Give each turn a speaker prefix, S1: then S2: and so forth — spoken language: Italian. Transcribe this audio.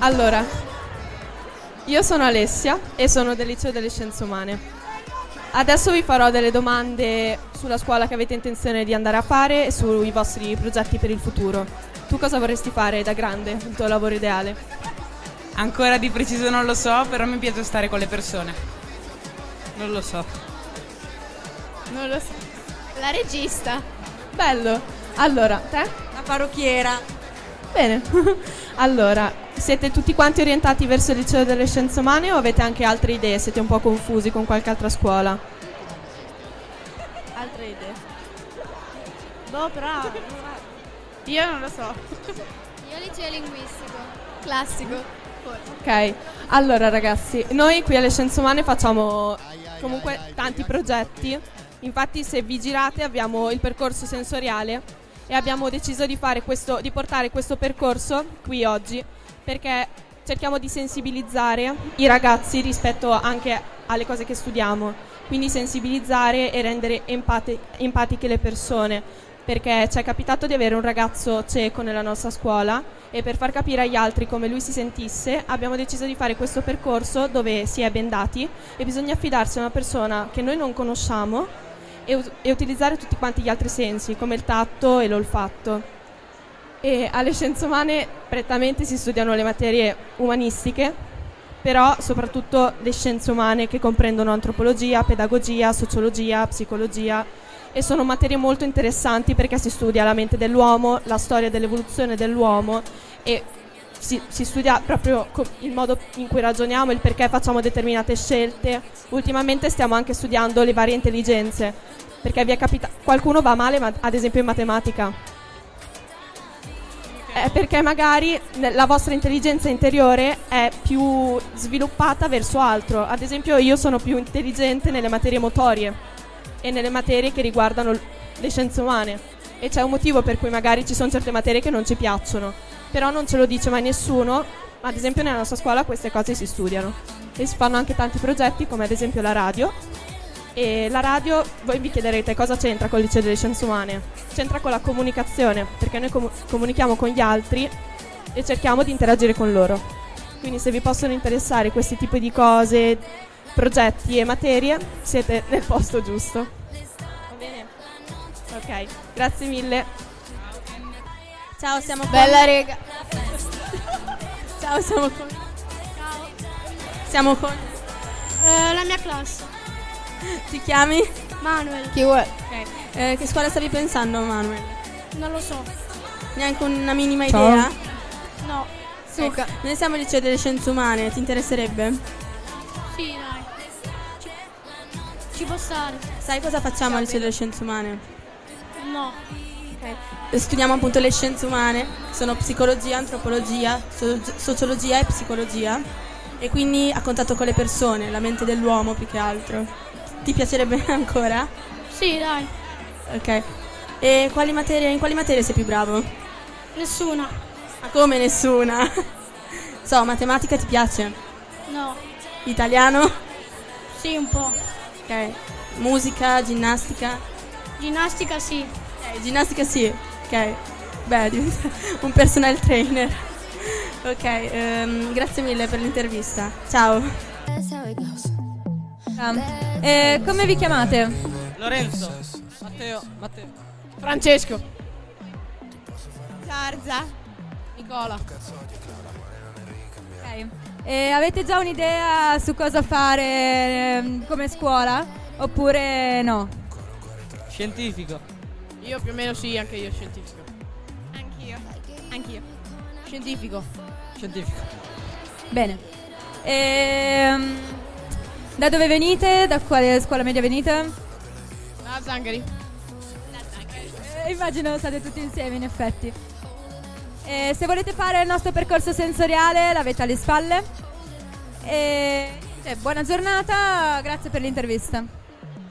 S1: Allora, io sono Alessia e sono del liceo delle scienze umane. Adesso vi farò delle domande sulla scuola che avete intenzione di andare a fare e sui vostri progetti per il futuro. Tu cosa vorresti fare da grande, il tuo lavoro ideale?
S2: Ancora di preciso non lo so, però mi piace stare con le persone. Non lo so.
S1: Non lo so.
S3: La regista.
S1: Bello. Allora, te?
S4: La parrucchiera.
S1: Bene. allora, siete tutti quanti orientati verso il liceo delle scienze umane o avete anche altre idee? Siete un po' confusi con qualche altra scuola?
S5: Altre idee? Boh, bravo. Io non lo so.
S3: Io liceo linguistico, classico. forse.
S1: Ok, allora ragazzi, noi qui alle Scienze Umane facciamo comunque tanti progetti, infatti se vi girate abbiamo il percorso sensoriale e abbiamo deciso di, fare questo, di portare questo percorso qui oggi perché cerchiamo di sensibilizzare i ragazzi rispetto anche alle cose che studiamo, quindi sensibilizzare e rendere empati- empatiche le persone perché ci è capitato di avere un ragazzo cieco nella nostra scuola e per far capire agli altri come lui si sentisse abbiamo deciso di fare questo percorso dove si è bendati e bisogna affidarsi a una persona che noi non conosciamo e, us- e utilizzare tutti quanti gli altri sensi come il tatto e l'olfatto. E alle scienze umane prettamente si studiano le materie umanistiche, però soprattutto le scienze umane che comprendono antropologia, pedagogia, sociologia, psicologia e sono materie molto interessanti perché si studia la mente dell'uomo, la storia dell'evoluzione dell'uomo e si, si studia proprio co- il modo in cui ragioniamo, il perché facciamo determinate scelte. Ultimamente stiamo anche studiando le varie intelligenze, perché vi è capita- qualcuno va male ma- ad esempio in matematica. È perché magari ne- la vostra intelligenza interiore è più sviluppata verso altro. Ad esempio io sono più intelligente nelle materie motorie e nelle materie che riguardano l- le scienze umane. E c'è un motivo per cui magari ci sono certe materie che non ci piacciono, però non ce lo dice mai nessuno. Ad esempio nella nostra scuola queste cose si studiano e si fanno anche tanti progetti come ad esempio la radio. E la radio, voi vi chiederete cosa c'entra con il liceo delle scienze umane? C'entra con la comunicazione, perché noi comu- comunichiamo con gli altri e cerchiamo di interagire con loro. Quindi se vi possono interessare questi tipi di cose, progetti e materie, siete nel posto giusto. Va bene? Ok, grazie mille.
S5: Ciao, siamo qua.
S3: Bella rega.
S5: Ciao, siamo con.
S3: Ciao.
S5: Siamo con.
S3: Eh, la mia classe.
S5: Ti chiami?
S3: Manuel.
S5: Chi vuoi? Ok. Eh, che scuola stavi pensando, Manuel?
S3: Non lo so.
S5: Neanche una minima
S2: Ciao.
S5: idea?
S3: No.
S5: Suca. Noi siamo al liceo delle scienze umane, ti interesserebbe?
S3: Sì, dai. Ci, ci può stare.
S5: Sai cosa facciamo al liceo delle scienze umane? Eh,
S3: No.
S5: Studiamo appunto le scienze umane, che sono psicologia, antropologia, so- sociologia e psicologia e quindi a contatto con le persone, la mente dell'uomo più che altro. Ti piacerebbe ancora?
S3: Sì, dai.
S5: Ok. E quali materie, in quali materie sei più bravo?
S3: Nessuna.
S5: Ma come nessuna? so, matematica ti piace?
S3: No.
S5: Italiano?
S3: Sì, un po'.
S5: Ok. Musica, ginnastica?
S3: Ginnastica sì.
S5: Ok, ginnastica sì. Ok. Beh, diventa un personal trainer. Ok, ehm, grazie mille per l'intervista. Ciao.
S6: Eh, come vi chiamate?
S2: Lorenzo. Matteo. Matteo.
S6: Francesco.
S4: Sarza.
S6: Nicola. avete già un'idea su cosa fare ehm, come scuola? Oppure no?
S2: Scientifico.
S7: Io più o meno sì, anche io scientifico.
S4: Anch'io. Anch'io.
S7: Scientifico.
S2: Scientifico.
S6: Bene. Ehm, da dove venite? Da quale scuola media venite?
S7: Ah, Zangari.
S6: Eh, immagino state tutti insieme, in effetti. Eh, se volete fare il nostro percorso sensoriale, l'avete Eh, alle spalle. E niente, buona giornata, grazie per l'intervista.